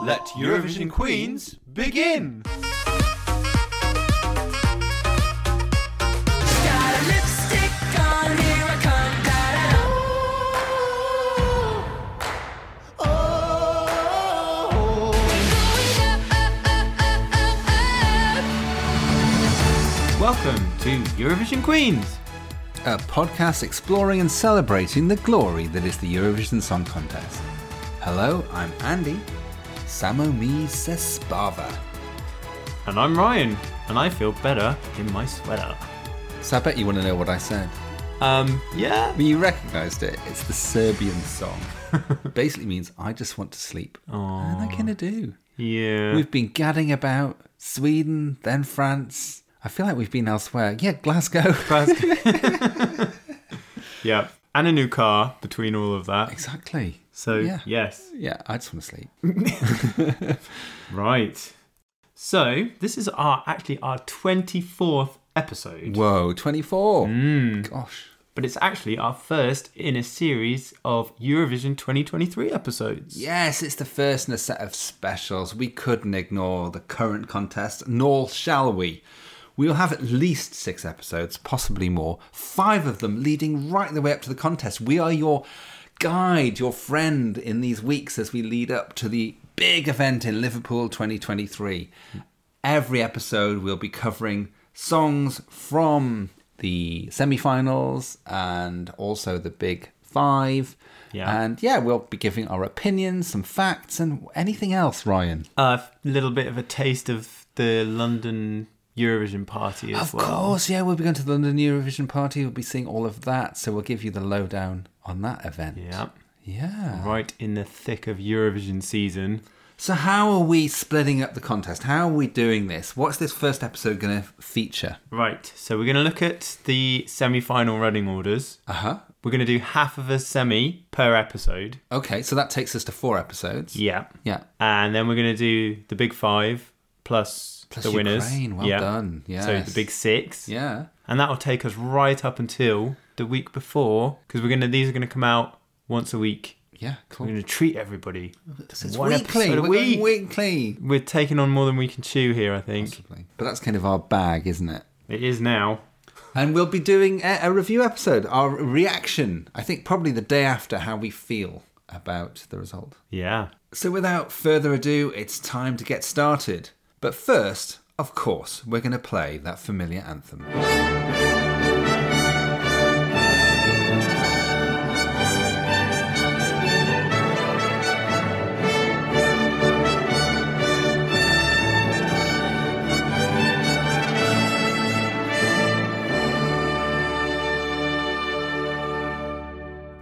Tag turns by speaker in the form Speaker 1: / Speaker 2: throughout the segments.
Speaker 1: Let Eurovision Queens begin!
Speaker 2: Got a lipstick on, here I come, da-da-da.
Speaker 1: Welcome to Eurovision Queens!
Speaker 3: a podcast exploring and celebrating the glory that is the Eurovision Song Contest. Hello, I'm Andy. Samomi Sespava.
Speaker 1: And I'm Ryan, and I feel better in my sweater.
Speaker 3: So I bet you want to know what I said.
Speaker 1: Um, yeah?
Speaker 3: I mean, you recognised it. It's the Serbian song. Basically means I just want to sleep. What am I gonna do?
Speaker 1: Yeah.
Speaker 3: We've been gadding about Sweden, then France. I feel like we've been elsewhere. Yeah, Glasgow.
Speaker 1: yeah. And a new car between all of that.
Speaker 3: exactly.
Speaker 1: So,
Speaker 3: Yeah.
Speaker 1: yes.
Speaker 3: Yeah, I just want to sleep.
Speaker 1: Right. So, this is our actually our 24th episode,
Speaker 3: Whoa, 24. Gosh.
Speaker 1: but it's actually our first in a series of Eurovision 2023 episodes.
Speaker 3: Yes, it's the first in a set of specials. We couldn't ignore the current contest, nor shall we. We will have at least six episodes, possibly more, five of them leading right the way up to the contest. We are your guide, your friend in these weeks as we lead up to the big event in Liverpool 2023. Every episode, we'll be covering songs from the semi finals and also the big five.
Speaker 1: Yeah.
Speaker 3: And yeah, we'll be giving our opinions, some facts, and anything else, Ryan.
Speaker 1: a little bit of a taste of the London Eurovision party as
Speaker 3: Of
Speaker 1: well.
Speaker 3: course, yeah, we'll be going to the London Eurovision party. We'll be seeing all of that. So we'll give you the lowdown on that event.
Speaker 1: Yeah.
Speaker 3: Yeah.
Speaker 1: Right in the thick of Eurovision season.
Speaker 3: So, how are we splitting up the contest? How are we doing this? What's this first episode going to feature?
Speaker 1: Right, so we're going to look at the semi final running orders.
Speaker 3: Uh huh.
Speaker 1: We're going to do half of a semi per episode.
Speaker 3: Okay, so that takes us to four episodes.
Speaker 1: Yeah.
Speaker 3: Yeah.
Speaker 1: And then we're going to do the big five plus,
Speaker 3: Plus
Speaker 1: the winners.
Speaker 3: Ukraine, well done,
Speaker 1: So the
Speaker 3: yes.
Speaker 1: big six.
Speaker 3: Yeah.
Speaker 1: And that will take us right up until the week before because we're going to, these are going to come out once a week.
Speaker 3: Yeah,
Speaker 1: We're
Speaker 3: cool.
Speaker 1: going to treat everybody.
Speaker 3: It's
Speaker 1: one
Speaker 3: weekly.
Speaker 1: episode a
Speaker 3: We're going
Speaker 1: week.
Speaker 3: weekly.
Speaker 1: We're taking on more than we can chew here, I think.
Speaker 3: But that's kind of our bag, isn't it?
Speaker 1: It is now.
Speaker 3: And we'll be doing a, a review episode, our reaction, I think probably the day after, how we feel about the result.
Speaker 1: Yeah.
Speaker 3: So, without further ado, it's time to get started. But first, of course, we're going to play that familiar anthem.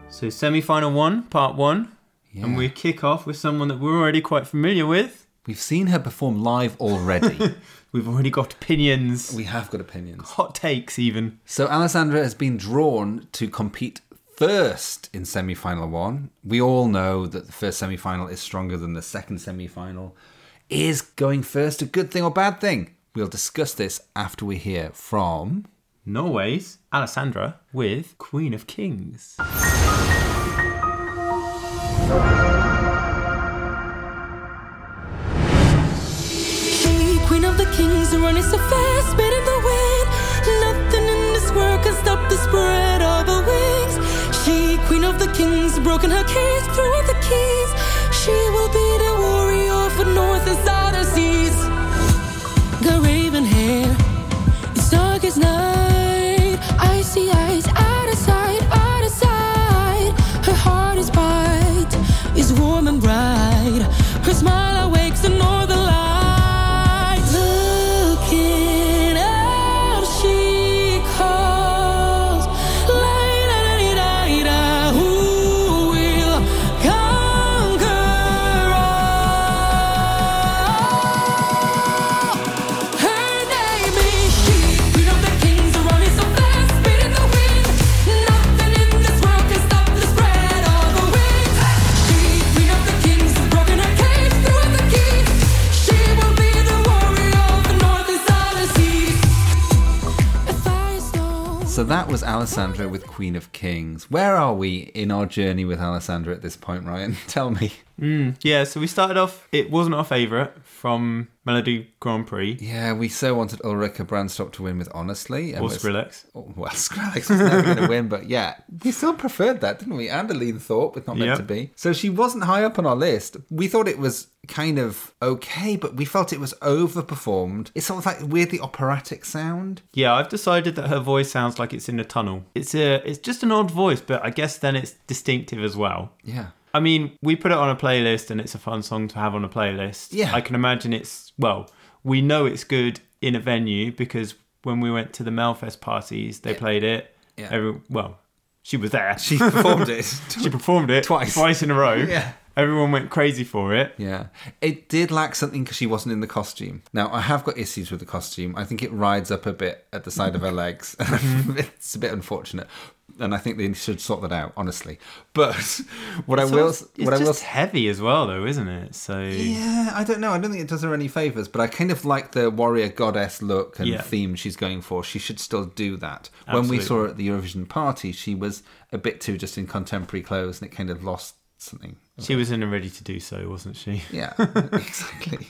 Speaker 1: So semi final one, part one. And
Speaker 3: Yeah.
Speaker 1: we kick off with someone that we're already quite familiar with.
Speaker 3: We've seen her perform live already.
Speaker 1: We've already got opinions,
Speaker 3: we have got opinions.
Speaker 1: hot takes, even.
Speaker 3: So, Alessandra has been drawn to compete first in semi final one. We all know that the first semi final is stronger than the second semi final. Is going first a good thing or bad thing? We'll discuss this after we hear from.
Speaker 1: Norway's Alessandra with Queen of Kings.
Speaker 2: She, queen of the kings, running so fast, speed in the wind. Nothing in this world can stop the spread of her wings. She, queen of the kings, broken her cage, throwing the keys. She will be the warrior for north and southern seas. The raven hair, it's dark as night. Icy eyes, out of sight, out of sight. Her heart is bright, is warm and bright. Her smile awakes the northern light. Looking up, she calls. La-di-da-di-da-di-da. Who will conquer all? Her name is she. Queen of the kings, running so fast, speed in the wind. Nothing in this world can stop the spread of the wings. She, queen of the kings, broken her cage, through the keys. She will be the warrior of the north and southern seas. If I stole.
Speaker 3: So that was Alessandra with Queen of Kings. Where are we in our journey with Alessandra at this point, Ryan? Tell me.
Speaker 1: Yeah, so we started off. It wasn't our favourite from Melody Grand Prix
Speaker 3: Yeah, we so wanted Ulrika Brandstop to win with Honestly. and
Speaker 1: or
Speaker 3: we're-
Speaker 1: Skrillex.
Speaker 3: Oh, Well, Skrillex was never going to win, but yeah, we still preferred that, didn't we? And Aline Thorpe with Not Meant
Speaker 1: Yep.
Speaker 3: to Be. So she wasn't high up on our list. We thought it was kind of okay, but we felt it was overperformed. It's sort of like weirdly operatic sound.
Speaker 1: Yeah, I've decided that her voice sounds like it's in a tunnel. It's a, it's just an odd voice, but I guess then it's distinctive as well.
Speaker 3: Yeah.
Speaker 1: I mean, we put it on a playlist and it's a fun song to have on a playlist.
Speaker 3: Yeah.
Speaker 1: I can imagine it's, well, we know it's good in a venue because when we went to the Melfest parties, they played it.
Speaker 3: Yeah.
Speaker 1: Every, well, she was there.
Speaker 3: She performed it.
Speaker 1: she performed it
Speaker 3: Twice.
Speaker 1: twice in a row.
Speaker 3: Yeah.
Speaker 1: Everyone went crazy for it.
Speaker 3: Yeah. It did lack something because she wasn't in the costume. Now, I have got issues with the costume. I think it rides up a bit at the side of her legs. it's a bit unfortunate. And I think they should sort that out, honestly. But what I
Speaker 1: So
Speaker 3: will,
Speaker 1: it's, it's
Speaker 3: what I will,
Speaker 1: just heavy as well, though, isn't it? So
Speaker 3: yeah, I don't know. I don't think it does her any favors. But I kind of like the warrior goddess look and
Speaker 1: Yeah.
Speaker 3: theme she's going for. She should still do that. When we saw her at the Eurovision party, she was a bit too just in contemporary clothes, and it kind of lost something
Speaker 1: she was in a ready to do so, wasn't she?
Speaker 3: yeah, exactly.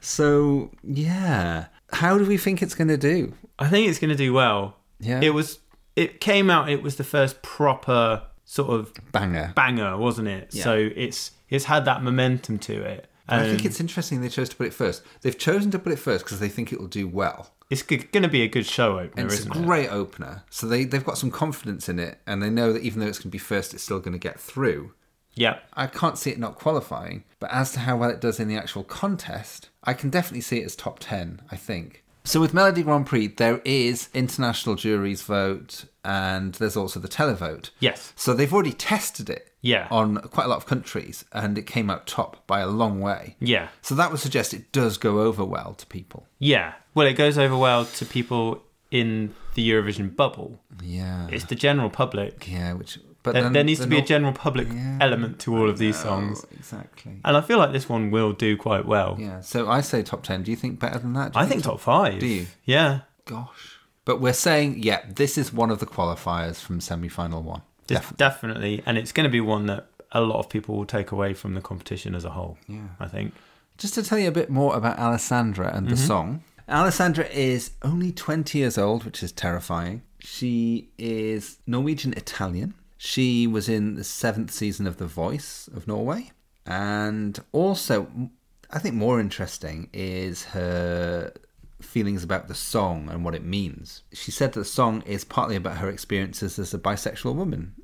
Speaker 3: So, yeah. How do we think it's going to do?
Speaker 1: I think it's going to do well.
Speaker 3: Yeah.
Speaker 1: It was. It came out. It was the first proper sort of
Speaker 3: Banger.
Speaker 1: banger, wasn't it?
Speaker 3: Yeah.
Speaker 1: So it's it's had that momentum to it.
Speaker 3: I
Speaker 1: Um,
Speaker 3: think it's interesting they chose to put it first. They've chosen to put it first because they think it will do well.
Speaker 1: it's going to be a good show opener,
Speaker 3: And it's a
Speaker 1: isn't it?
Speaker 3: great opener. So they, they've got some confidence in it and they know that even though it's going to be first, it's still going to get through.
Speaker 1: Yeah.
Speaker 3: I can't see it not qualifying, but as to how well it does in the actual contest, I can definitely see it as top 10, I think. So with Melody Grand Prix, there is international juries vote and there's also the televote.
Speaker 1: Yes.
Speaker 3: So they've already tested it
Speaker 1: Yeah.
Speaker 3: on quite a lot of countries and it came out top by a long way.
Speaker 1: Yeah.
Speaker 3: So that would suggest it does go over well to people.
Speaker 1: Yeah. Well, it goes over well to people in the Eurovision bubble.
Speaker 3: Yeah.
Speaker 1: It's the general public.
Speaker 3: yeah, which but
Speaker 1: There,
Speaker 3: then
Speaker 1: there needs
Speaker 3: they're
Speaker 1: to be a
Speaker 3: not-
Speaker 1: general public element to all of these songs.
Speaker 3: Oh, exactly.
Speaker 1: And I feel like this one will do quite well.
Speaker 3: Yeah. So I say top 10. Do you think better than that? Do you
Speaker 1: I think top five.
Speaker 3: Do you?
Speaker 1: Yeah.
Speaker 3: Gosh. But we're saying, yeah, this is one of the qualifiers from semi final one.
Speaker 1: This-
Speaker 3: Definitely.
Speaker 1: definitely. And it's going to be one that a lot of people will take away from the competition as a whole. Yeah. I think.
Speaker 3: Just to tell you a bit more about Alessandra and the song. Alessandra is only 20 years old, which is terrifying. She is Norwegian Italian. She was in the seventh season of The Voice of Norway. And also, m- I think more interesting is her feelings about the song and what it means. She said that the song is partly about her experiences as a bisexual woman,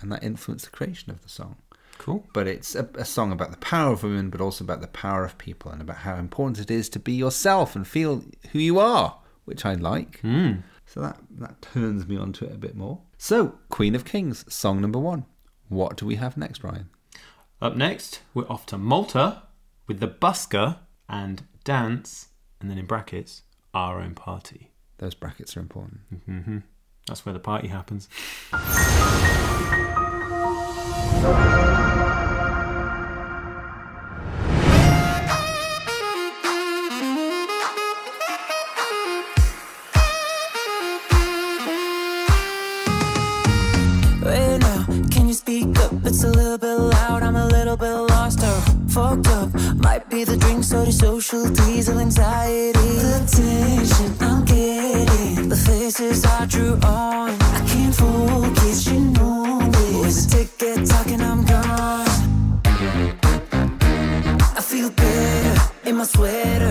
Speaker 3: and that influenced the creation of the song.
Speaker 1: Cool.
Speaker 3: But it's a, a song about the power of women, but also about the power of people and about how important it is to be yourself and feel who you are, which I like.
Speaker 1: Hmm.
Speaker 3: So that, that turns me onto it a bit more. So, Queen of Kings, song number one. What do we have next, Ryan?
Speaker 1: Up next, we're off to Malta with the busker and dance, and then in brackets, our own party.
Speaker 3: Those brackets are important.
Speaker 1: That's where the party happens.
Speaker 2: Wait now, can you speak up? It's a little bit loud, I'm a little bit lost or fucked up. Might be the drinks or the social diesel anxiety. The tension I'm getting, the faces I drew on. I can't focus, you know this. With the ticket talking, I'm gone. I feel better in my sweater.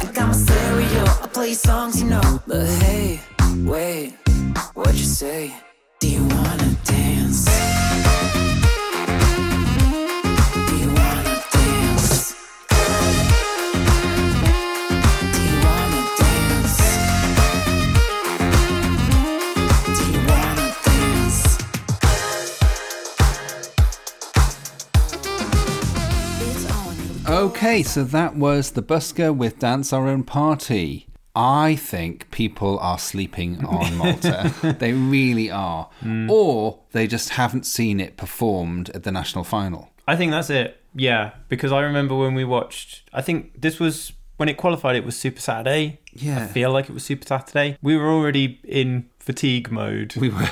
Speaker 2: I got my stereo, I play songs, you know. But hey, wait, what you say? Do you wanna dance? Do you wanna dance? Do you wanna dance? Do you wanna dance? It's on you.
Speaker 3: Okay, so that was The Busker with Dance Our Own Party. I think people are sleeping on Malta. they really are.
Speaker 1: Hmm.
Speaker 3: Or they just haven't seen it performed at the national final.
Speaker 1: I think that's it. Yeah, because I remember when we watched. I think this was when it qualified. It was Super Saturday.
Speaker 3: Yeah.
Speaker 1: I feel like it was Super Saturday. We were already in fatigue mode,
Speaker 3: We were.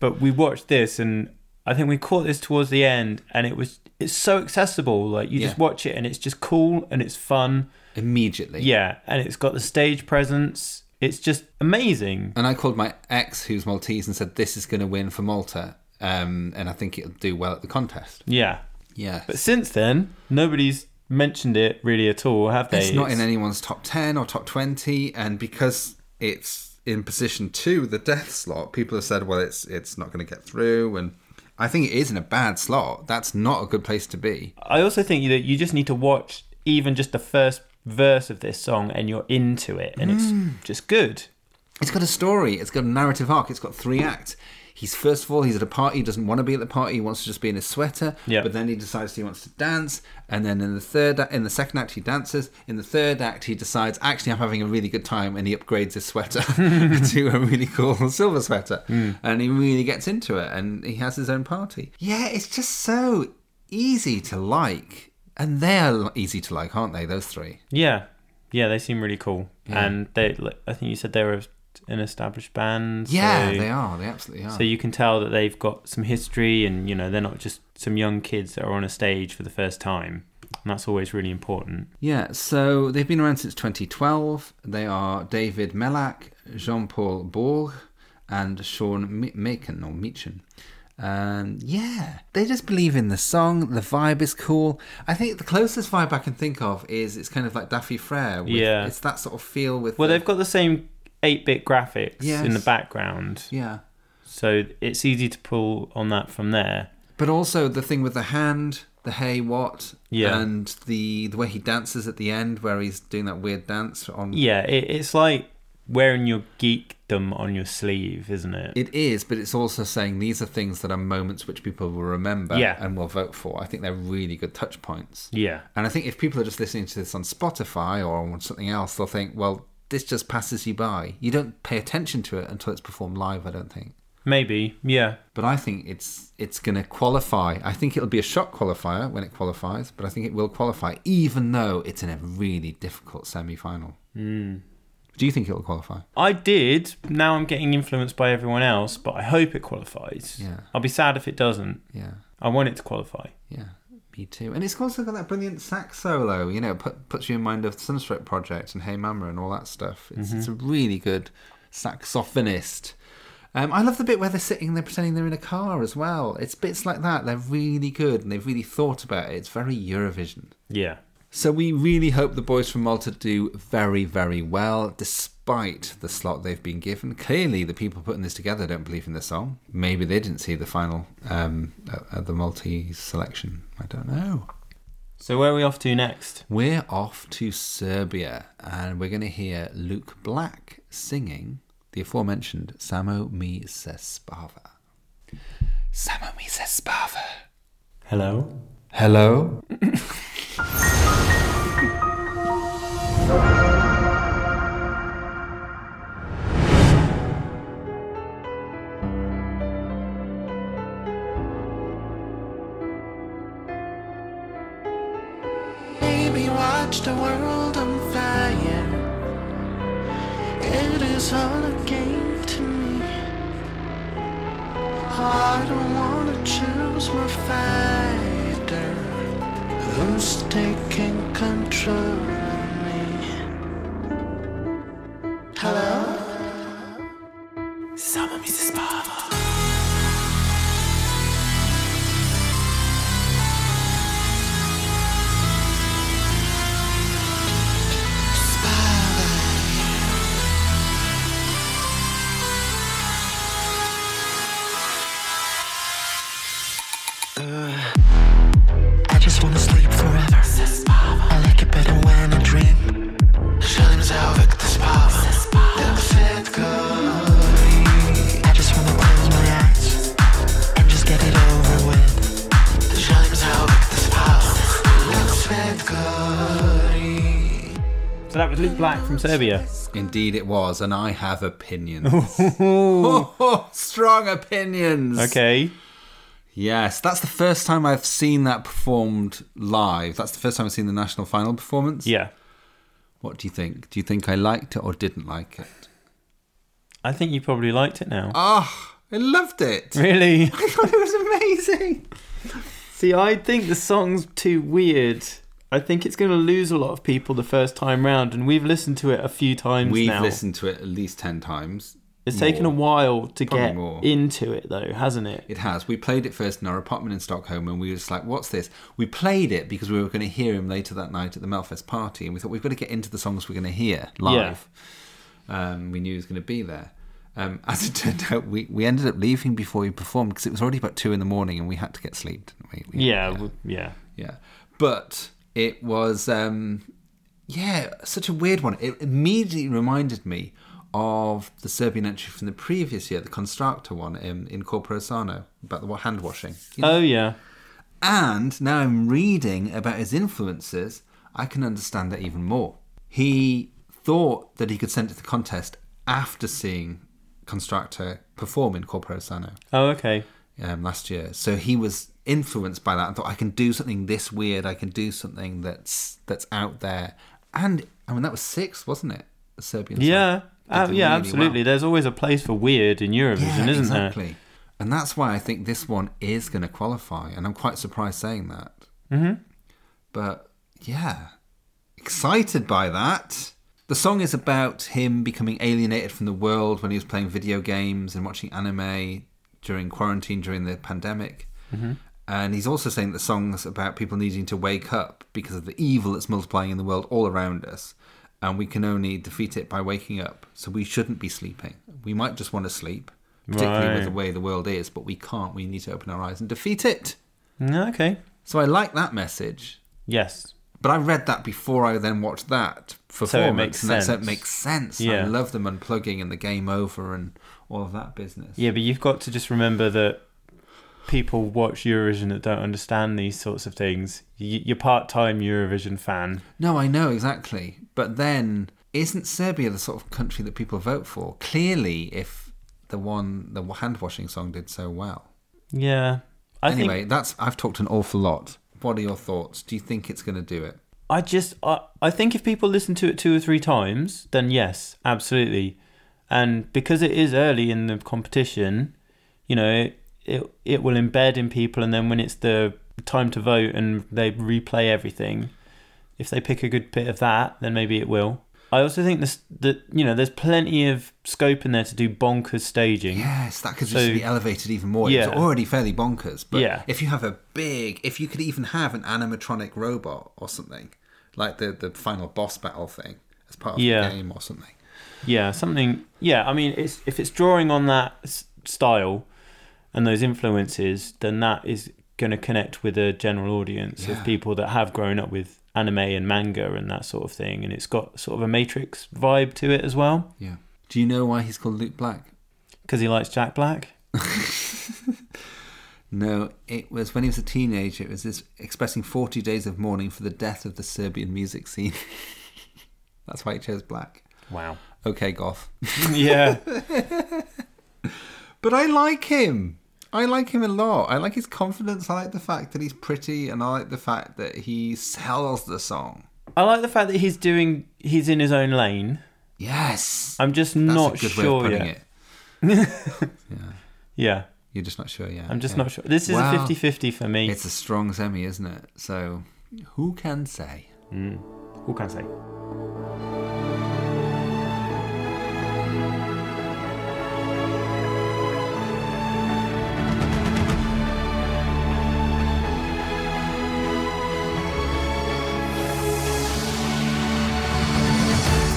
Speaker 1: but we watched this and I think we caught this towards the end, and it was it's so accessible. Like you just
Speaker 3: Yeah.
Speaker 1: watch it, and it's just cool and it's fun.
Speaker 3: immediately.
Speaker 1: Yeah, and it's got the stage presence. It's just amazing.
Speaker 3: And I called my ex, who's Maltese, and said, This is going to win for Malta. Um, and I think it'll do well at the contest.
Speaker 1: Yeah,
Speaker 3: Yeah.
Speaker 1: but since then, nobody's mentioned it really at all, have they?
Speaker 3: it's not in anyone's top 10 or top 20 and because it's in position 2 the death slot people have said well it's it's not going to get through and i think it is in a bad slot that's not a good place to be
Speaker 1: I also think that you just need to watch even just the first verse of this song, and you're into it, and
Speaker 3: Mm.
Speaker 1: it's just good.
Speaker 3: it's got a story it's got a narrative arc it's got three acts he's first of all he's at a party he doesn't want to be at the party he wants to just be in his sweater
Speaker 1: Yeah.
Speaker 3: but then he decides he wants to dance and then in the third a- in the second act he dances in the third act he decides actually i'm having a really good time and he upgrades his sweater to a really cool silver sweater and he really gets into it and he has his own party yeah it's just so easy to like and they're easy to like aren't they those three
Speaker 1: Yeah, yeah, they seem really cool, and they. like, I think you said they were an established band.
Speaker 3: yeah
Speaker 1: so,
Speaker 3: they are they absolutely are
Speaker 1: So you can tell that they've got some history, and you know they're not just some young kids that are on a stage for the first time, and that's always really important.
Speaker 3: Yeah, so they've been around since 2012. They are David Melak, Jean Paul Borg, and Sean Mi- Macon or Meachin. Um, yeah, they just believe in the song. The vibe is cool. I think the closest vibe I can think of is it's kind of like Daffy Frere. With,
Speaker 1: Yeah.
Speaker 3: it's that sort of feel with.
Speaker 1: Well,
Speaker 3: the-
Speaker 1: they've got the same eight-bit graphics in the
Speaker 3: Yes.
Speaker 1: background,
Speaker 3: yeah,
Speaker 1: so it's easy to pull on that from there.
Speaker 3: but also the thing with the hand, the hey what,
Speaker 1: Yeah.
Speaker 3: and the the way he dances at the end where he's doing that weird dance on
Speaker 1: Yeah, it, it's like wearing your geekdom on your sleeve, isn't it?
Speaker 3: It is, but it's also saying these are things that are moments which people will remember
Speaker 1: Yeah.
Speaker 3: and will vote for. I think they're really good touch points.
Speaker 1: yeah,
Speaker 3: And I think if people are just listening to this on Spotify or on something else, they'll think, well, this just passes you by. You don't pay attention to it until it's performed live, I don't think.
Speaker 1: maybe. Yeah,
Speaker 3: But I think it's it's going to qualify. I think it'll be a shock qualifier when it qualifies, but I think it will qualify, even though it's in a really difficult semi-final. Do you think it'll qualify?
Speaker 1: I did. Now I'm getting influenced by everyone else, but I hope it qualifies.
Speaker 3: Yeah.
Speaker 1: I'll be sad if it doesn't.
Speaker 3: Yeah.
Speaker 1: I want it to qualify.
Speaker 3: Yeah, me too. And it's also got that brilliant sax solo. You know, put, puts you in mind of the Sunstroke Project and Hey Mama and all that stuff. It's, it's a really good saxophonist. Um, I love the bit where they're sitting and they're pretending they're in a car as well. It's bits like that. They're really good and they've really thought about it. It's very Eurovision.
Speaker 1: Yeah.
Speaker 3: So we really hope the boys from Malta do very, very well, despite the slot they've been given. Clearly, the people putting this together don't believe in the song. Maybe they didn't see the final um, at, at the Maltese selection. I don't know.
Speaker 1: So where are we off to next?
Speaker 3: We're off to Serbia, and we're going to hear Luke Black singing the aforementioned "Samo mi se spava." Samo mi se spava.
Speaker 1: Hello.
Speaker 3: Hello.
Speaker 4: Maybe watch the world on fire. It is all a game to me. I don't wanna choose my fighter. Who's taking control of me? Hello? Sama mi se spava. I just wanna sleep forever. I like it better when I dream. Želim zauvek da spavam, da mi svet gori. I just wanna close my eyes and just get it over with. Želim zauvek da spavam, da mi svet gori.
Speaker 1: So that was Luke Black from Serbia.
Speaker 3: Indeed, it was, and I have opinions. Oh, strong opinions.
Speaker 1: Okay.
Speaker 3: Yes, that's the first time I've seen that performed live. That's the first time I've seen the national final performance.
Speaker 1: Yeah.
Speaker 3: What do you think? Do you think I liked it or didn't like it?
Speaker 1: I think you probably liked it now.
Speaker 3: Ah, I loved it.
Speaker 1: Really?
Speaker 3: I thought it was amazing.
Speaker 1: See, I think the song's too weird. I think it's going to lose a lot of people the first time round, and we've listened to it a few times
Speaker 3: We've
Speaker 1: now.
Speaker 3: listened to it at least 10 times.
Speaker 1: it's taken a while to
Speaker 3: Probably
Speaker 1: get
Speaker 3: more.
Speaker 1: into it, though, hasn't it?
Speaker 3: It has. We played it first in our apartment in Stockholm and we were just like, what's this? We played it because we were going to hear him later that night at the Melfest party and we thought we've got to get into the songs we're going to hear live. Um, we knew he was going to be there. Um, as it turned out, we, we ended up leaving before he performed because it was already about two in the morning and we had to get sleep, didn't we? We-
Speaker 1: Yeah, w- yeah.
Speaker 3: Yeah. But it was, um, yeah, such a weird one. It immediately reminded me of the Serbian entry from the previous year, the Constructor one in, in Corpora Sano about the wa- hand washing. You know?
Speaker 1: Oh, yeah.
Speaker 3: And now I'm reading about his influences, I can understand that even more. He thought that he could send it to the contest after seeing Constructor perform in Corpora Sano
Speaker 1: Oh, okay.
Speaker 3: um, last year. So he was influenced by that and thought, I can do something this weird. I can do something that's that's out there. And I mean, that was six, wasn't it? The Serbian. song.
Speaker 1: Yeah.
Speaker 3: They
Speaker 1: Uh,
Speaker 3: did
Speaker 1: yeah,
Speaker 3: really
Speaker 1: absolutely.
Speaker 3: well.
Speaker 1: There's always a place for weird in Eurovision,
Speaker 3: Yeah,
Speaker 1: isn't
Speaker 3: exactly. And that's why I think this one is going to qualify. And I'm quite surprised saying that. Mm-hmm. But yeah, excited by that. The song is about him becoming alienated from the world when he was playing video games and watching anime during quarantine during the pandemic. And he's also saying that the song's about people needing to wake up because of the evil that's multiplying in the world all around us. And we can only defeat it by waking up. So we shouldn't be sleeping. We might just want to sleep, particularly with
Speaker 1: Right.
Speaker 3: the way the world is, but we can't. We need to open our eyes and defeat it.
Speaker 1: there? No, Mm, Okay.
Speaker 3: So I like that message.
Speaker 1: Yes.
Speaker 3: But I read that before I then watched that performance,
Speaker 1: makes
Speaker 3: and that's- so it
Speaker 1: sense.
Speaker 3: makes sense. I
Speaker 1: Yeah.
Speaker 3: love them unplugging and the game over and all of that business.
Speaker 1: Yeah, but you've got to just remember that people watch Eurovision that don't understand these sorts of things. Y- You're part time Eurovision fan.
Speaker 3: No, I know exactly. But then, isn't Serbia the sort of country that people vote for? Clearly, if the one the hand washing song did so well.
Speaker 1: Yeah. I
Speaker 3: anyway,
Speaker 1: think
Speaker 3: that's I've talked an awful lot. What are your thoughts? Do you think it's going to do it?
Speaker 1: I just I, I think if people listen to it two or three times, then yes, absolutely. And because it is early in the competition, you know, it it, it will embed in people and then when it's the time to vote and they replay everything, if they pick a good bit of that, then maybe it will. I also think this that you know, there's plenty of scope in there to do bonkers staging.
Speaker 3: Yes, that could
Speaker 1: So-
Speaker 3: just be elevated even more. It
Speaker 1: Yeah.
Speaker 3: was already fairly bonkers, but
Speaker 1: Yeah.
Speaker 3: if you have a big, if you could even have an animatronic robot or something like the the final boss battle thing as part of
Speaker 1: Yeah.
Speaker 3: the game or something.
Speaker 1: Yeah, something. Yeah, I mean, it's if it's drawing on that s- style and those influences, then that is going to connect with a general audience
Speaker 3: Yeah.
Speaker 1: of people that have grown up with anime and manga and that sort of thing. And it's got sort of a Matrix vibe to it as well
Speaker 3: Yeah. Do you know why he's called Luke Black?
Speaker 1: because he likes Jack Black.
Speaker 3: No, it was when he was a teenager. It was this expressing 40 days of mourning for the death of the Serbian music scene. That's why he chose black.
Speaker 1: Wow.
Speaker 3: Okay, Goth.
Speaker 1: Yeah.
Speaker 3: but I like him. I like him a lot. I like his confidence. I like the fact that he's pretty, and I like the fact that he sells the song.
Speaker 1: I like the fact that he's doing he's in his own lane.
Speaker 3: Yes,
Speaker 1: I'm just
Speaker 3: That's
Speaker 1: not
Speaker 3: a good
Speaker 1: sure
Speaker 3: way of putting
Speaker 1: yet.
Speaker 3: it.
Speaker 1: Yeah.
Speaker 3: You're just not sure yet.
Speaker 1: I'm just
Speaker 3: Yeah.
Speaker 1: not sure. This is
Speaker 3: Well,
Speaker 1: a 50-50 for me.
Speaker 3: It's a strong semi, isn't it? So, who can say?
Speaker 1: Who can say?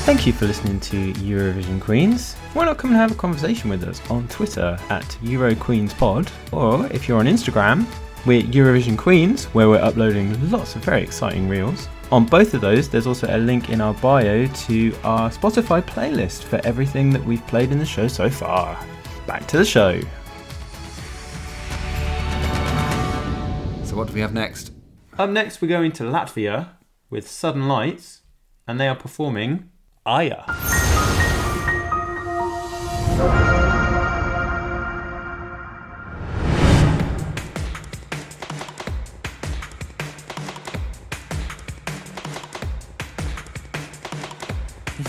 Speaker 1: Thank you for listening to Eurovision Queens. Why not come and have a conversation with us on Twitter at EuroQueensPod, or if you're on Instagram, we're Eurovision Queens, where we're uploading lots of very exciting reels. On both of those, there's also a link in our bio to our Spotify playlist for everything that we've played in the show so far. Back to the show.
Speaker 3: So, what do we have next?
Speaker 1: Up next, we're going to Latvia with Sudden Lights, and they are performing Aya.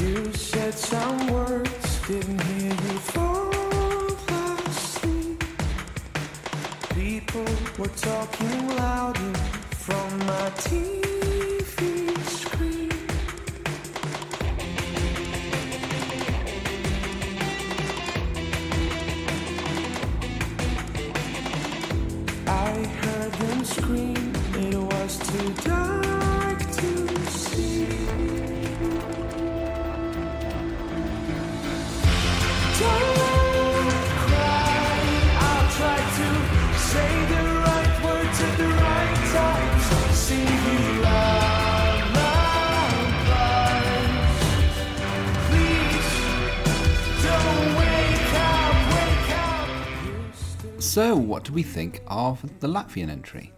Speaker 5: You said some words, didn't hear you fall asleep. people were talking louder from my TV screen. I heard them scream, it was too dark to see. Don't cry, I'll try to say the right words at the right times. Sing you lullabies. Please don't wake up, wake up.
Speaker 3: So, what do we think of the Latvian entry?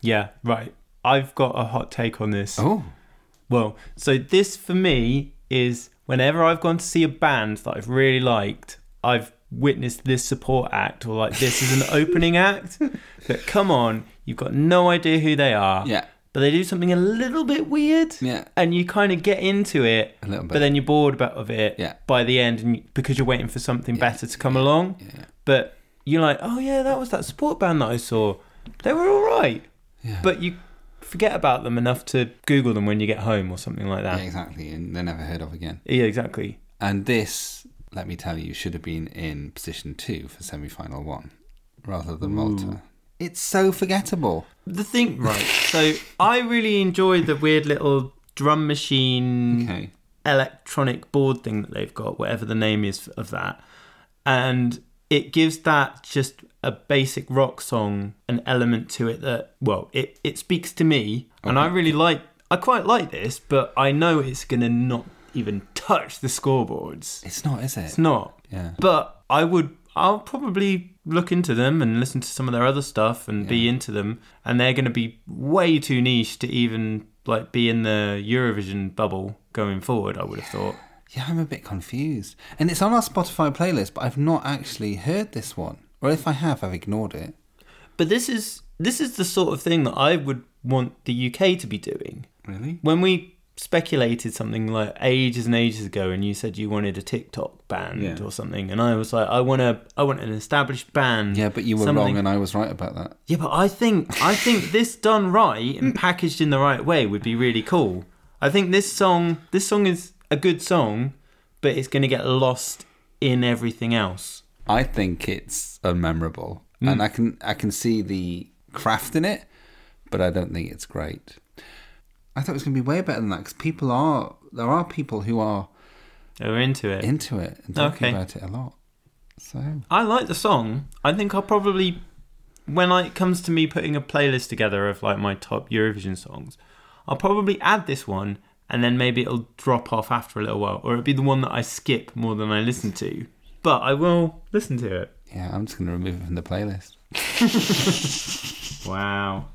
Speaker 1: Yeah, right. I've got a hot take on this.
Speaker 3: Oh,
Speaker 1: Well, so this for me is whenever I've gone to see a band that I've really liked, I've witnessed this support act or like this is an opening act. But come on, you've got no idea who they are.
Speaker 3: Yeah.
Speaker 1: But they do something a little bit weird.
Speaker 3: Yeah.
Speaker 1: And you kind of get into it.
Speaker 3: A little bit.
Speaker 1: But then you're bored about of it
Speaker 3: Yeah.
Speaker 1: by the end and you, because you're waiting for something better to come along.
Speaker 3: yeah.
Speaker 1: But you're like, oh yeah, that was that support band that I saw. They were all right.
Speaker 3: Yeah.
Speaker 1: But you forget about them enough to Google them when you get home or something like
Speaker 3: yeah,
Speaker 1: that.
Speaker 3: exactly. And they're never heard of again.
Speaker 1: Yeah, exactly.
Speaker 3: And this, let me tell you, should have been in position two for semi final one rather than Malta. It's so forgettable.
Speaker 1: The thing, right? so I really enjoy the weird little drum machine
Speaker 3: Okay.
Speaker 1: electronic board thing that they've got, whatever the name is of that, and it gives that just a basic rock song an element to it that well, it it speaks to me, and I really like. I quite like this, but I know it's gonna not even touch the scoreboards.
Speaker 3: It's not, is it?
Speaker 1: It's not.
Speaker 3: Yeah.
Speaker 1: But I would. I'll probably look into them and listen to some of their other stuff and be into them. And they're going to be way too niche to even like be in the Eurovision bubble going forward. I would have thought.
Speaker 3: Yeah, I'm a bit confused. And it's on our Spotify playlist, but I've not actually heard this one. Or if I have, I've ignored it.
Speaker 1: But this is this is the sort of thing that I would want the UK to be doing.
Speaker 3: Really?
Speaker 1: When we speculated something like ages and ages ago, and you said you wanted a TikTok band
Speaker 3: Yeah.
Speaker 1: or something, and I was like, I want a, I want an established band.
Speaker 3: Yeah, but you were
Speaker 1: something-
Speaker 3: wrong and I was right about that.
Speaker 1: Yeah, but I think I think this done right and packaged in the right way would be really cool. I think this song this song is a good song, but it's going to get lost in everything else.
Speaker 3: I think it's unmemorable. And I can I can see the craft in it, but I don't think it's great. I thought it was going to be way better than that because people are there are people who are
Speaker 1: They're into it.
Speaker 3: into it and talking
Speaker 1: Okay.
Speaker 3: about it a lot. So
Speaker 1: I like the song. I think I'll probably when I, it comes to me putting a playlist together of like my top Eurovision songs, I'll probably add this one and then maybe it'll drop off after a little while or it'll be the one that I skip more than I listen to. But I will listen to it.
Speaker 3: yeah, I'm just going to remove it from the playlist.
Speaker 1: Wow.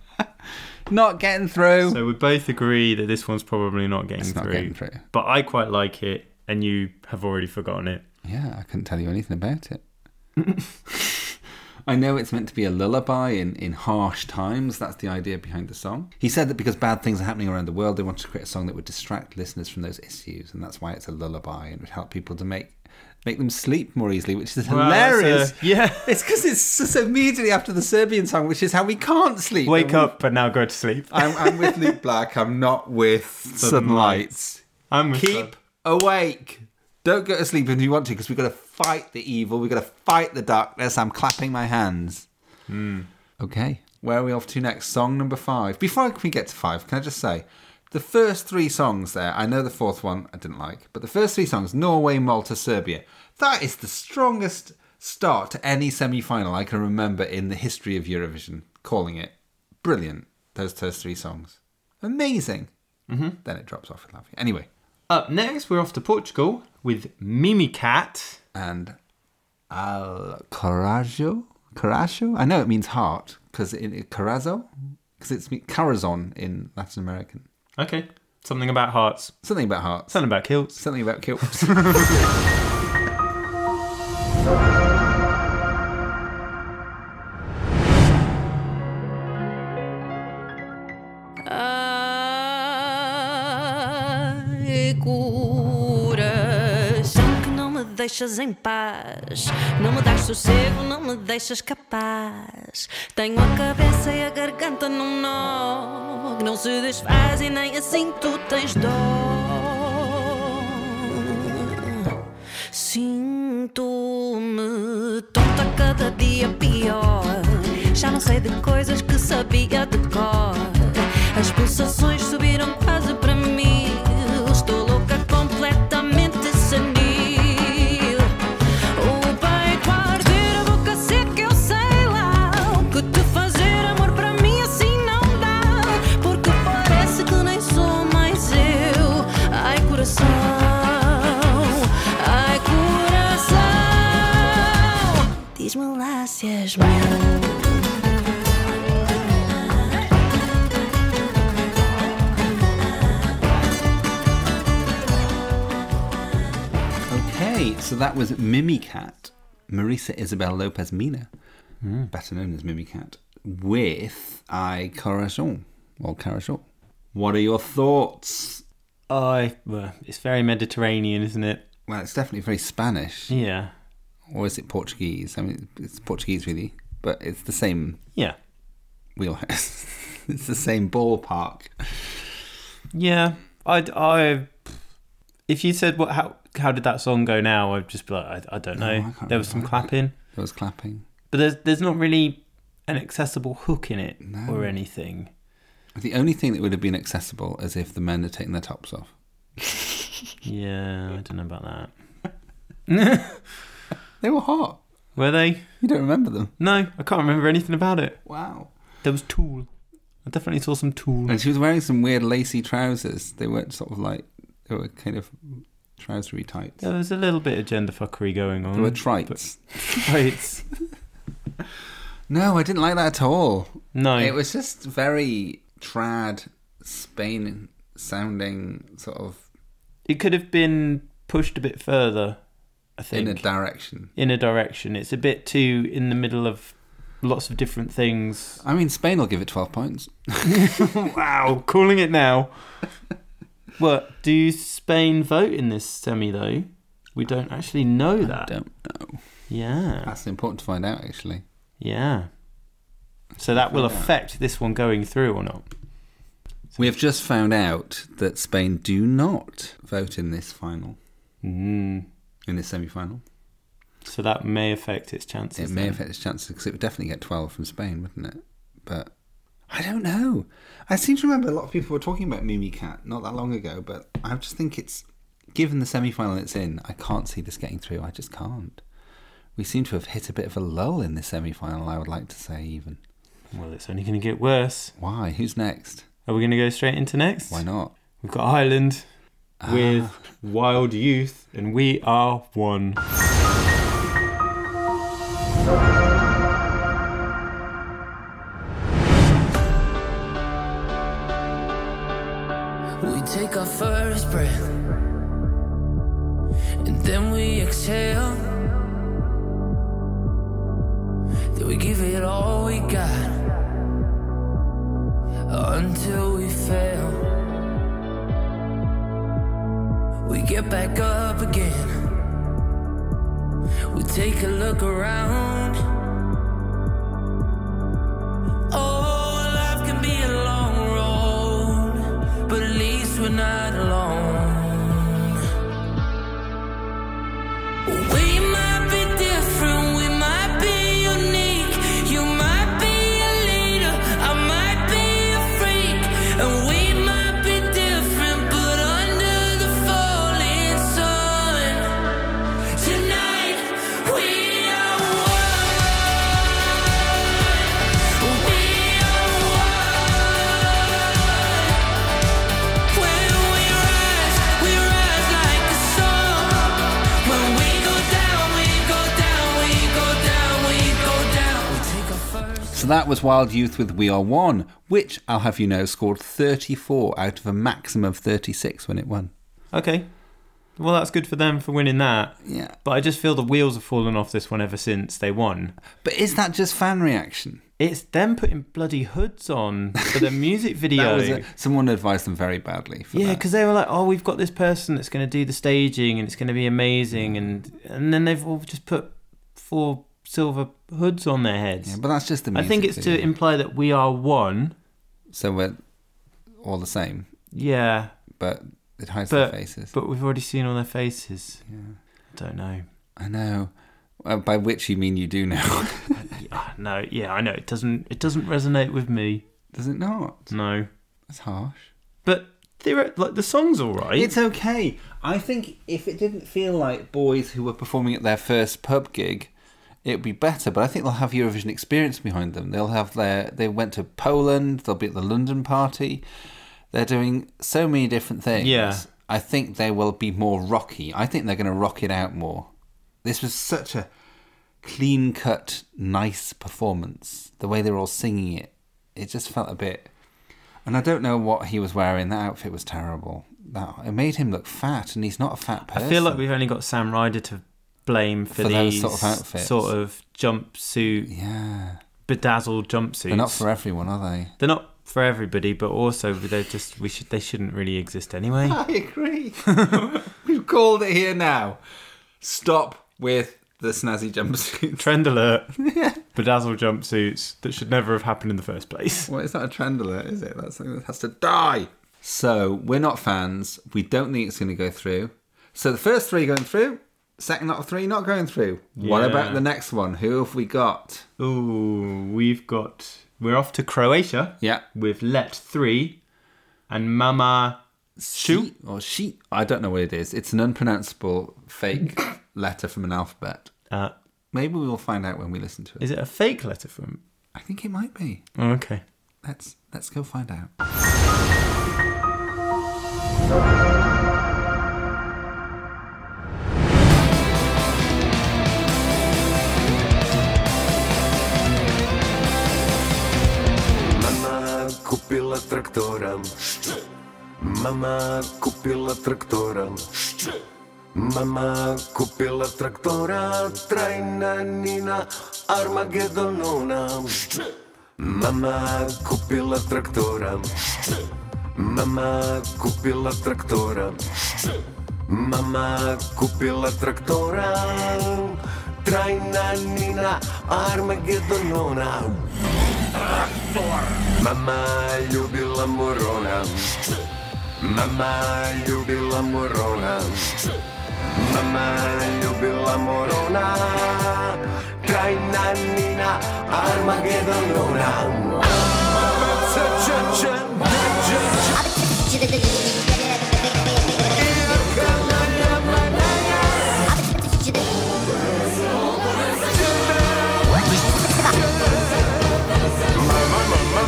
Speaker 3: Not getting through.
Speaker 1: So we both agree that this one's probably not getting
Speaker 3: It's not
Speaker 1: through.
Speaker 3: getting through.
Speaker 1: But I quite like it, and you have already forgotten it.
Speaker 3: Yeah, I couldn't tell you anything about it. I know it's meant to be a lullaby in, in harsh times. That's the idea behind the song. He said that because bad things are happening around the world, they wanted to create a song that would distract listeners from those issues, and that's why it's a lullaby and would help people to make make them sleep more easily, which is
Speaker 1: Wow, that's
Speaker 3: hilarious.
Speaker 1: a- yeah.
Speaker 3: It's because it's just immediately after the Serbian song, which is how we can't sleep.
Speaker 1: Wake
Speaker 3: And
Speaker 1: up, but now go to sleep.
Speaker 3: I'm, I'm with Luke Black. I'm not with Sudden Lights.
Speaker 1: I'm with
Speaker 3: Keep awake. Don't go to sleep if you want to, because we've got to fight the evil. We've got to fight the darkness. I'm clapping my hands. Okay. Hmm. Where are we off to next? Song number five. Before we get to five, can I just say the first three songs there, I know the fourth one I didn't like, but the first three songs Norway, Malta, Serbia. That is the strongest start to any semi final I can remember in the history of Eurovision, calling it. Brilliant. Those first three songs. Amazing. Mm-hmm. Then it drops off with Latvia. Anyway.
Speaker 1: Up next, we're off to Portugal with Mimi Cat.
Speaker 3: and Al Corajo. Corajo? I know it means heart because in Corazo, because it's me- Corazon in Latin American.
Speaker 1: Okay. Something about hearts.
Speaker 3: Something about hearts.
Speaker 1: Something about kilts.
Speaker 3: Something about kilts.
Speaker 2: Ai, coração que não me deixa.
Speaker 6: deixas em paz. Não me dás sossego, não me deixas capaz. Tenho a cabeça e a garganta num nó que não se desfaz e nem assim tu tens dó. Sinto-me tonta cada dia pior. Já não sei de coisas que sabia de cor. As pulsações subiram quase para mim. Estou louca, completamente senil. O peito a arder, a boca seca, eu sei lá. O que te fazer, amor, para mim assim não dá. Porque parece que nem sou mais eu. Ai, coração. Ai, coração. Diz-me lá se és meu.
Speaker 3: Okay, so that was Mimi Cat, Marisa Isabel Lopez Mina, better known as Mimi Cat, with I Corazon or Corazon. What are your thoughts?
Speaker 1: I well, it's very Mediterranean, isn't it?
Speaker 3: Well, it's definitely very Spanish,
Speaker 1: Yeah,
Speaker 3: or is it Portuguese? I mean, it's Portuguese really, but it's the same
Speaker 1: yeah,
Speaker 3: wheelhouse. it's the same ballpark.
Speaker 1: yeah. I'd I if you said what how how did that song go now? I'd just be like I, I don't
Speaker 3: I
Speaker 1: know.
Speaker 3: can't
Speaker 1: there was some
Speaker 3: remember.
Speaker 1: clapping,
Speaker 3: There was clapping.
Speaker 1: but there's there's not really an accessible hook in it or anything.
Speaker 3: The only thing that would have been accessible is if the men had taken their tops off.
Speaker 1: Yeah, I don't know about that.
Speaker 3: They were hot.
Speaker 1: Were they?
Speaker 3: You don't remember them.
Speaker 1: No, I can't remember anything about it.
Speaker 3: Wow.
Speaker 1: There was Tool. I definitely saw some Tool.
Speaker 3: And she was wearing some weird lacy trousers. They weren't sort of like they were kind of trousery tights.
Speaker 1: There was a little bit of gender fuckery going on.
Speaker 3: They were trites.
Speaker 1: Right.
Speaker 3: No, I didn't like that at all.
Speaker 1: No.
Speaker 3: It was just very trad, Spain sounding sort of
Speaker 1: It could have been pushed a bit further, I think.
Speaker 3: in a direction.
Speaker 1: in a direction. It's a bit too in the middle of lots of different things.
Speaker 3: I mean, Spain will give it twelve points.
Speaker 1: Wow, calling it now. what do Spain vote in this semi though? We don't actually know
Speaker 3: I
Speaker 1: that.
Speaker 3: don't know.
Speaker 1: Yeah,
Speaker 3: That's important to find out, actually.
Speaker 1: yeah. So that will
Speaker 3: Find out.
Speaker 1: affect this one going through or not.
Speaker 3: We have just found out that Spain do not vote in this final,
Speaker 1: Mm.
Speaker 3: in this semi-final.
Speaker 1: So that may affect its
Speaker 3: It
Speaker 1: chances.
Speaker 3: may
Speaker 1: then.
Speaker 3: affect its chances because it would definitely get 12 from Spain, wouldn't it? But I don't know. I seem to remember a lot of people were talking about Mimi Cat not that long ago, but I just think it's given the semi final it's in, I can't see this getting through. I just can't. We seem to have hit a bit of a lull in this semi final, I would like to say, even.
Speaker 1: Well, it's only going to get worse.
Speaker 3: Why? Who's next?
Speaker 1: Are we going to go straight into next?
Speaker 3: Why not? Ah.
Speaker 1: We've got Ireland with Wild Youth, and we are one.
Speaker 2: We take our first breath and then we exhale. Then we give it all we got until we fail. We get back up again. We take a look around. Oh, life can be a long road, but at least we're not alone. We might be different, we might be unique. You might be a leader, I might be a freak. And we might be different, but under the falling sun, tonight we are one. We are When we rise, we rise like the sun. When we go down, we go down, we go down, we go down. We take our first.
Speaker 3: So that was Wild Youth with We Are One, which I'll have you know scored 34 out of a maximum of 36 when it won.
Speaker 1: Okay. Well, that's good for them for winning that.
Speaker 3: Yeah.
Speaker 1: But I just feel the wheels have fallen off this one ever since they won.
Speaker 3: But is that just fan reaction?
Speaker 1: It's them putting bloody hoods on for the music video.
Speaker 3: That was a, someone advised them very badly. For
Speaker 1: Yeah,
Speaker 3: that.
Speaker 1: because they were like, "Oh, we've got this person that's going to do the staging, and it's going to be amazing," and and then they've all just put four silver hoods on their heads.
Speaker 3: Yeah, but that's just the.
Speaker 1: I
Speaker 3: Music
Speaker 1: think it's to
Speaker 3: video.
Speaker 1: imply that we are one.
Speaker 3: so we're all the same,
Speaker 1: Yeah,
Speaker 3: but it hides
Speaker 1: but
Speaker 3: their faces.
Speaker 1: but we've already seen all their faces.
Speaker 3: yeah.
Speaker 1: I don't know.
Speaker 3: I know. Uh, by which you mean you do know,
Speaker 1: Ah, no, yeah, I know it doesn't. It doesn't resonate with me.
Speaker 3: does it not?
Speaker 1: No,
Speaker 3: That's harsh.
Speaker 1: but theoret- like the song's all right.
Speaker 3: It's okay. I think if it didn't feel like boys who were performing at their first pub gig, it'd be better. But I think they'll have Eurovision experience behind them. They'll have their they went to Poland. They'll be at the London party. They're doing so many different things.
Speaker 1: Yeah.
Speaker 3: I think they will be more rocky. I think they're going to rock it out more. This was such a clean cut, nice performance. The way they were all singing it, it just felt a bit. And I don't know what he was wearing. That outfit was terrible. That it made him look fat, and he's not a fat
Speaker 1: I
Speaker 3: person.
Speaker 1: feel like we've only got Sam Ryder to blame for,
Speaker 3: For those
Speaker 1: these
Speaker 3: sort of outfits.
Speaker 1: sort of jumpsuit
Speaker 3: yeah,
Speaker 1: bedazzled jumpsuits.
Speaker 3: they're not for e- everyone, are they?
Speaker 1: They're not for everybody, but also they're just we should they shouldn't really exist anyway.
Speaker 3: I agree. we've called it here now. Stop with the snazzy jumpsuit.
Speaker 1: Trend alert: bedazzled jumpsuits that should never have happened in the first place.
Speaker 3: Well, it's not a trend alert, is it? That's something that has to die. So we're not fans. We don't think it's going to go through. So the first three going through. Second lot of three not going through. What
Speaker 1: Yeah.
Speaker 3: about the next one? Who have we got?
Speaker 1: Ooh, we've got we're off to Croatia.
Speaker 3: Yeah.
Speaker 1: with Let Three and Mama.
Speaker 3: She or she? I don't know what it is. It's an unpronounceable fake letter from an alphabet.
Speaker 1: Uh,
Speaker 3: Maybe we will find out when we listen to it.
Speaker 1: is it a fake letter from?
Speaker 3: I think it might be.
Speaker 1: Oh, okay.
Speaker 3: Let's let's go find out.
Speaker 7: Мама купила трактора. Мама купила трактора. Мама купила трактора, трайна Нина, Армагеддонона. Мама купила трактора. Мама купила трактора. Мама купила трактора, трайна Нина, Армагеддонона. Мама любила Мурона. Мама любила Мурона. Мама любила Мурона. Крайна Нина Армагеддона. Мама,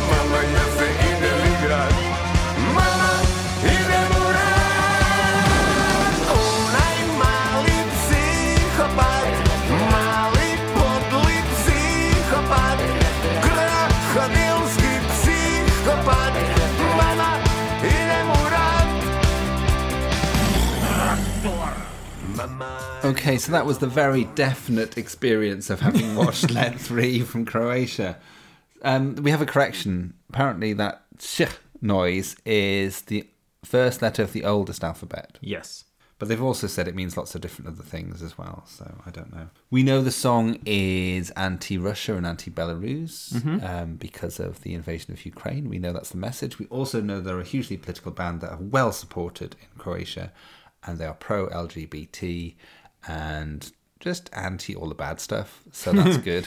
Speaker 7: мама, я се идем играть. Мама, идем урать. Онай мали психопат, мали подли психопат, крокодилски психопат. Мама, идем урать. Мама.
Speaker 3: Okay, so that was the very definite experience of having watched Let Three from Croatia. Um, we have a correction. Apparently, that sh noise is the first letter of the oldest alphabet.
Speaker 1: Yes.
Speaker 3: But they've also said it means lots of different other things as well, so I don't know. We know the song is anti Russia and anti Belarus
Speaker 1: Mm-hmm.
Speaker 3: um, because of the invasion of Ukraine. We know that's the message. We also know they're a hugely political band that are well supported in Croatia and they are pro LGBT and just anti all the bad stuff, so that's good.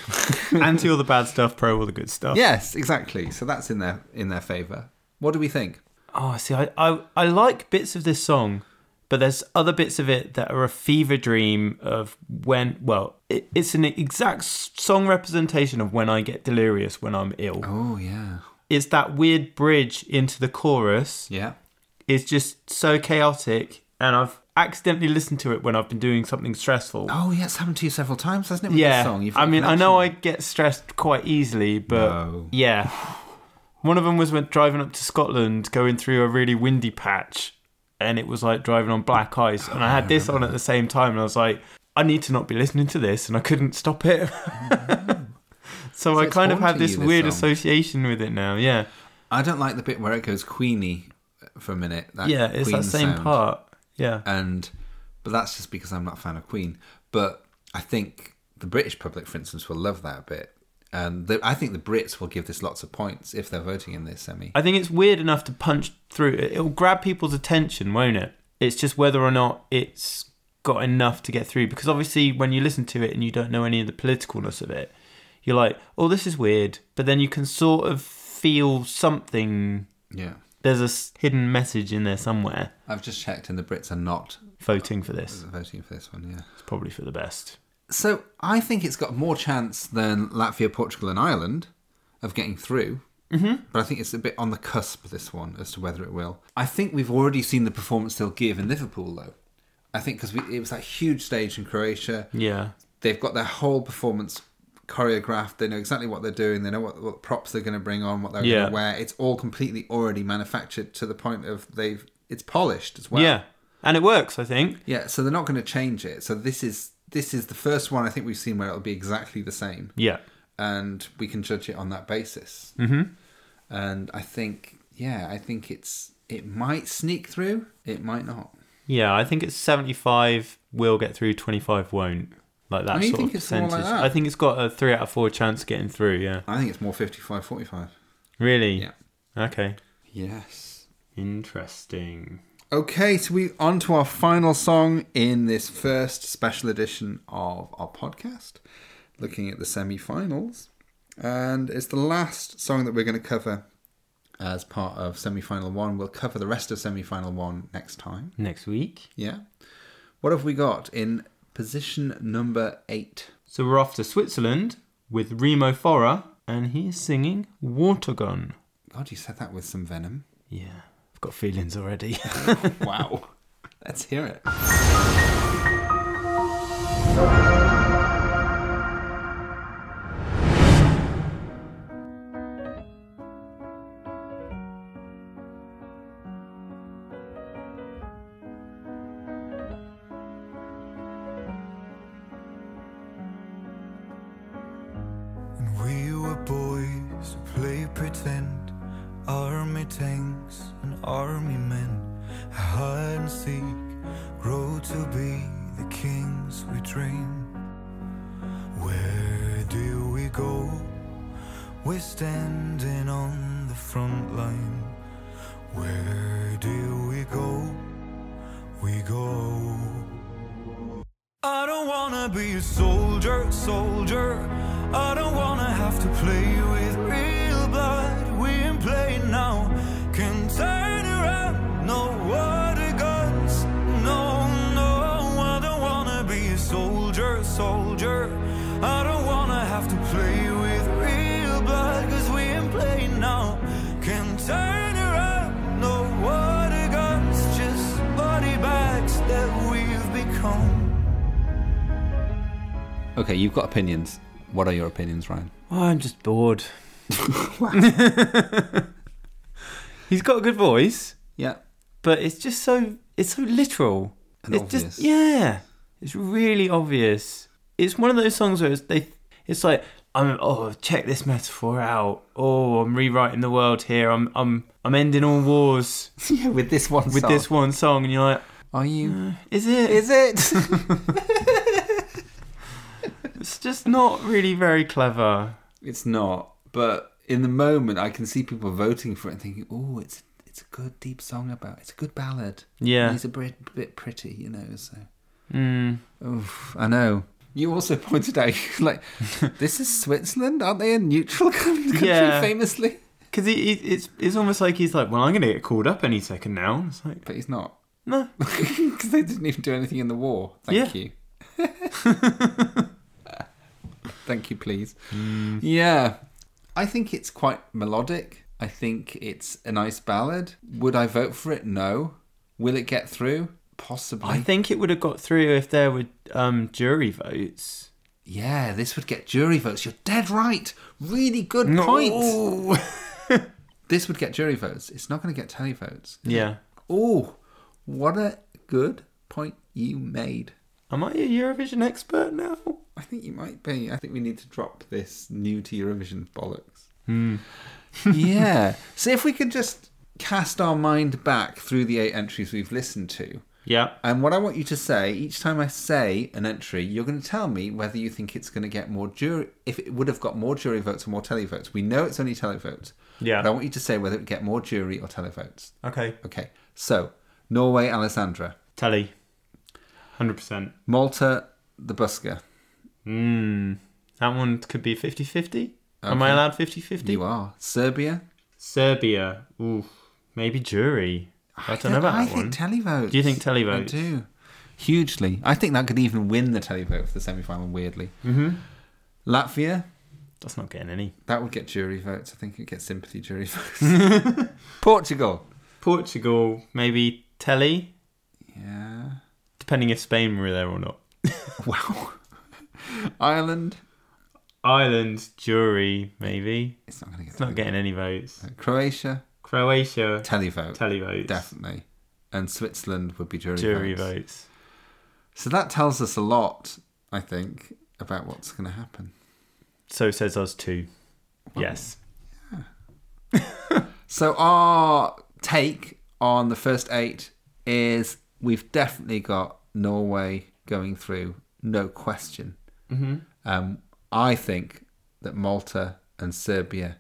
Speaker 1: Anti all the bad stuff, pro all the good stuff.
Speaker 3: yes, exactly. So that's in their in their favour. What do we think?
Speaker 1: Oh, see, I, I I like bits of this song, but there's other bits of it that are a fever dream of when. Well, it, it's an exact s- song representation of when I get delirious when I'm ill.
Speaker 3: Oh yeah,
Speaker 1: It's that weird bridge into the chorus.
Speaker 3: yeah.
Speaker 1: It's just so chaotic, and I've accidentally listened to it when I've been doing something stressful.
Speaker 3: Oh yeah, it's happened to you several times, hasn't it? With
Speaker 1: yeah,
Speaker 3: this song, You've
Speaker 1: I
Speaker 3: got a
Speaker 1: mean, I know I
Speaker 3: connection.
Speaker 1: get stressed quite easily, but
Speaker 3: No.
Speaker 1: yeah. One of them was when driving up to Scotland, going through a really windy patch, and it was like driving on black ice. And I had this on at the same time, and I was like, I need to not be listening to this, and I couldn't stop it. So,
Speaker 3: So
Speaker 1: I
Speaker 3: it's
Speaker 1: kind of have
Speaker 3: haunting you,
Speaker 1: this
Speaker 3: this
Speaker 1: weird
Speaker 3: song.
Speaker 1: association with it now. Yeah.
Speaker 3: I don't like the bit where it goes Queenie for a minute. That
Speaker 1: Yeah, it's
Speaker 3: Queen
Speaker 1: that same
Speaker 3: sound.
Speaker 1: part. Yeah.
Speaker 3: and but that's just because I'm not a fan of Queen. But I think the British public, for instance, will love that bit, and the, I think the Brits will give this lots of points if they're voting in this semi.
Speaker 1: I think it's weird enough to punch through it. It'll grab people's attention, won't it? It's just whether or not it's got enough to get through. Because obviously, when you listen to it and you don't know any of the politicalness of it, you're like, oh, this is weird. But then you can sort of feel something.
Speaker 3: yeah,
Speaker 1: There's a s- hidden message in there somewhere
Speaker 3: I've just checked, and the Brits are not
Speaker 1: voting for this.
Speaker 3: voting for this one. Yeah,
Speaker 1: It's probably for the best.
Speaker 3: so I think it's got more chance than Latvia, Portugal, and Ireland of getting through. Mm-hmm. But I think it's a bit on the cusp this one as to whether it will. I think we've already seen the performance they'll give in Liverpool though. I think because it was that huge stage in Croatia.
Speaker 1: Yeah.
Speaker 3: they've got their whole performance choreographed. They know exactly what they're doing. They know what, what props they're going to bring on, what they're
Speaker 1: Yeah.
Speaker 3: going to wear. It's all completely already manufactured to the point of they've it's polished as well.
Speaker 1: Yeah. And it works, I think.
Speaker 3: yeah. So they're not going to change it. So this is this is the first one I think we've seen where it'll be exactly the same,
Speaker 1: Yeah.
Speaker 3: and we can judge it on that basis. Mm-hmm. And I think yeah, I think it's it might sneak through. It might not.
Speaker 1: Yeah, I think it's 75 will get through, 25 won't. Like that
Speaker 3: Oh, you
Speaker 1: sort of
Speaker 3: think it's more like
Speaker 1: percentage.
Speaker 3: that?
Speaker 1: I think it's got a 3 out of 4 chance of getting through, yeah.
Speaker 3: I think it's more 55-45.
Speaker 1: Really?
Speaker 3: Yeah.
Speaker 1: Okay.
Speaker 3: Yes.
Speaker 1: Interesting.
Speaker 3: Okay, so we on to our final song in this first special edition of our podcast, looking at the semi-finals, and it's the last song that we're going to cover as part of semi-final one. We'll cover the rest of semi-final one next time.
Speaker 1: Next week.
Speaker 3: Yeah, what have we got in position number eight?
Speaker 1: So we're off to Switzerland with Remo Fora, and he's singing Watergun.
Speaker 3: God, you said that with some venom.
Speaker 1: Yeah, I've got feelings already.
Speaker 3: Wow, let's hear it.
Speaker 7: When we were boys, we played pretend. Army tanks and army men. Hide and seek, grow to be the kings we dream. Where do we go? We're standing on the front line. Where do we go? We go. I don't wanna be a soldier, soldier. I don't wanna have to play with real blood. We ain't playing now. Can turn around, no water guns. No, no, I don't wanna be a soldier, soldier. I don't wanna have to play with real blood, cause we ain't playing now. Can turn around, no water guns, just body bags that we've become.
Speaker 3: Okay, you've got opinions. What are your opinions, Ryan?
Speaker 1: Oh, I'm just bored. he's got a good voice.
Speaker 3: Yeah,
Speaker 1: but it's just so it's so literal.
Speaker 3: And
Speaker 1: it's
Speaker 3: obvious.
Speaker 1: just yeah, it's really obvious. It's one of those songs where it's, they it's like I'm oh check this metaphor out. Oh, I'm rewriting the world here. I'm I'm I'm ending all wars
Speaker 3: yeah. With this one,
Speaker 1: with this one song, and you're like,
Speaker 3: are you?
Speaker 1: is it?
Speaker 3: Is it?
Speaker 1: It's just not really very clever.
Speaker 3: It's not, but in the moment, I can see people voting for it and thinking, "Oh, it's it's a good deep song about it's a good ballad."
Speaker 1: Yeah.
Speaker 3: and it's a bit, bit pretty, you know. So,
Speaker 1: Mm.
Speaker 3: Oof, I know. You also pointed out, like, this is Switzerland, aren't they a neutral coun- country?
Speaker 1: Yeah.
Speaker 3: Famously,
Speaker 1: Because he, he, it's it's almost like he's like, well, I'm gonna get called up any second now. And It's like
Speaker 3: but he's not
Speaker 1: no,
Speaker 3: because they didn't even do anything in the war. Thank
Speaker 1: Yeah.
Speaker 3: you. Thank you, please.
Speaker 1: Mm.
Speaker 3: Yeah. I think it's quite melodic. I think it's a nice ballad. Would I vote for it? No. Will it get through? Possibly.
Speaker 1: I think it would have got through if there were um, jury votes.
Speaker 3: yeah, this would get jury votes. You're dead right. Really good point. This would get jury votes. It's not going to get televotes.
Speaker 1: Yeah.
Speaker 3: Oh, what a good point you made.
Speaker 1: Am I a Eurovision expert now?
Speaker 3: I think you might be. I think we need to drop this new to Eurovision bollocks. yeah. So if we could just cast our mind back through the eight entries we've listened to,
Speaker 1: Yeah.
Speaker 3: and what I want you to say each time I say an entry, you're going to tell me whether you think it's going to get more jury, if it would have got more jury votes or more televotes. We know it's only televotes.
Speaker 1: Yeah.
Speaker 3: But I want you to say whether it would get more jury or televotes.
Speaker 1: Okay.
Speaker 3: Okay. So Norway, Alessandra.
Speaker 1: Telly. 100%.
Speaker 3: Malta, the busker.
Speaker 1: Mm. That one could be 50 50. Am I
Speaker 3: Okay.
Speaker 1: allowed 50 50?
Speaker 3: You are Serbia.
Speaker 1: Serbia. Ooh. Maybe jury. I, don't know about
Speaker 3: I
Speaker 1: that one.
Speaker 3: think televote.
Speaker 1: Do you think televotes?
Speaker 3: I do. Hugely. I think that could even win the televote for the semi final, weirdly. Mm-hmm. Latvia,
Speaker 1: That's not getting any.
Speaker 3: that would get jury votes. I think it gets sympathy jury votes. Portugal.
Speaker 1: Portugal. Maybe telly.
Speaker 3: Yeah.
Speaker 1: Depending if Spain were there or not.
Speaker 3: Wow. Ireland.
Speaker 1: Ireland. Jury. Maybe.
Speaker 3: It's not going to get
Speaker 1: It's not getting any votes.
Speaker 3: televote. Croatia,
Speaker 1: Croatia.
Speaker 3: televote.
Speaker 1: telly votes.
Speaker 3: Definitely. And Switzerland would be jury,
Speaker 1: Jury
Speaker 3: votes.
Speaker 1: votes.
Speaker 3: So that tells us a lot, I think, about what's going to happen.
Speaker 1: So says us too. Yes.
Speaker 3: So our take on the first eight is we've definitely got Norway going through, no question. Mm-hmm. Um, I think that Malta and Serbia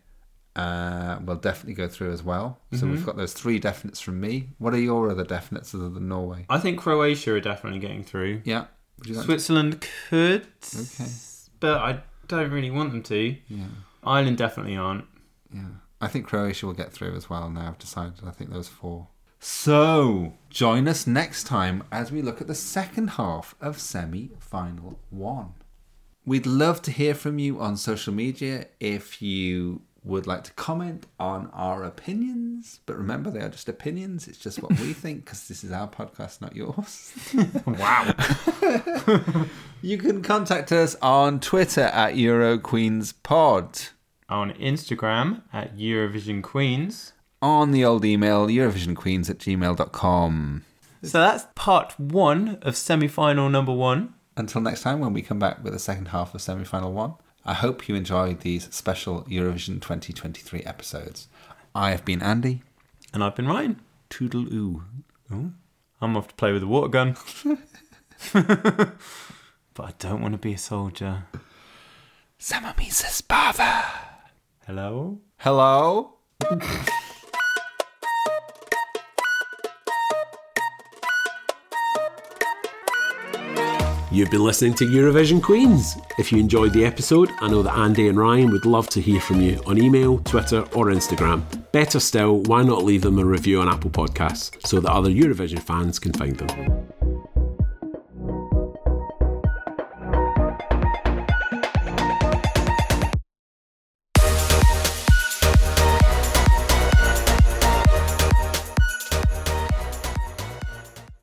Speaker 3: uh, will definitely go through as well. So we've got those three definites from me. What are your other definites other than Norway?
Speaker 1: I think Croatia are definitely getting through.
Speaker 3: Yeah. Would you like to-
Speaker 1: Switzerland could,
Speaker 3: Okay.
Speaker 1: but I don't really want them to.
Speaker 3: Yeah.
Speaker 1: Ireland definitely aren't.
Speaker 3: Yeah. I think Croatia will get through as well now. I've decided. I think those four. So, join us next time as we look at the second half of semi final one. We'd love to hear from you on social media if you would like to comment on our opinions. But remember, they are just opinions, it's just what we think because this is our podcast, not yours.
Speaker 1: Wow.
Speaker 3: You can contact us on Twitter at EuroQueensPod.
Speaker 1: On Instagram at Eurovision Queens.
Speaker 3: on the old email eurovisionqueens at gmail.com
Speaker 1: So that's part one of semi final number one.
Speaker 3: until next time when we come back with the second half of semi-final one i hope you enjoyed these special eurovision 2023 episodes i have been andy
Speaker 1: And I've been Ryan.
Speaker 3: toodle-oo
Speaker 1: I'm off to play with a water gun. but I don't want to be a soldier.
Speaker 3: samamises bava
Speaker 1: Hello?
Speaker 3: hello
Speaker 8: You've been listening to Eurovision Queens. If you enjoyed the episode, I know that Andy and Ryan would love to hear from you on email, Twitter, or Instagram. Better still, why not leave them a review on Apple Podcasts so that other Eurovision fans can find them?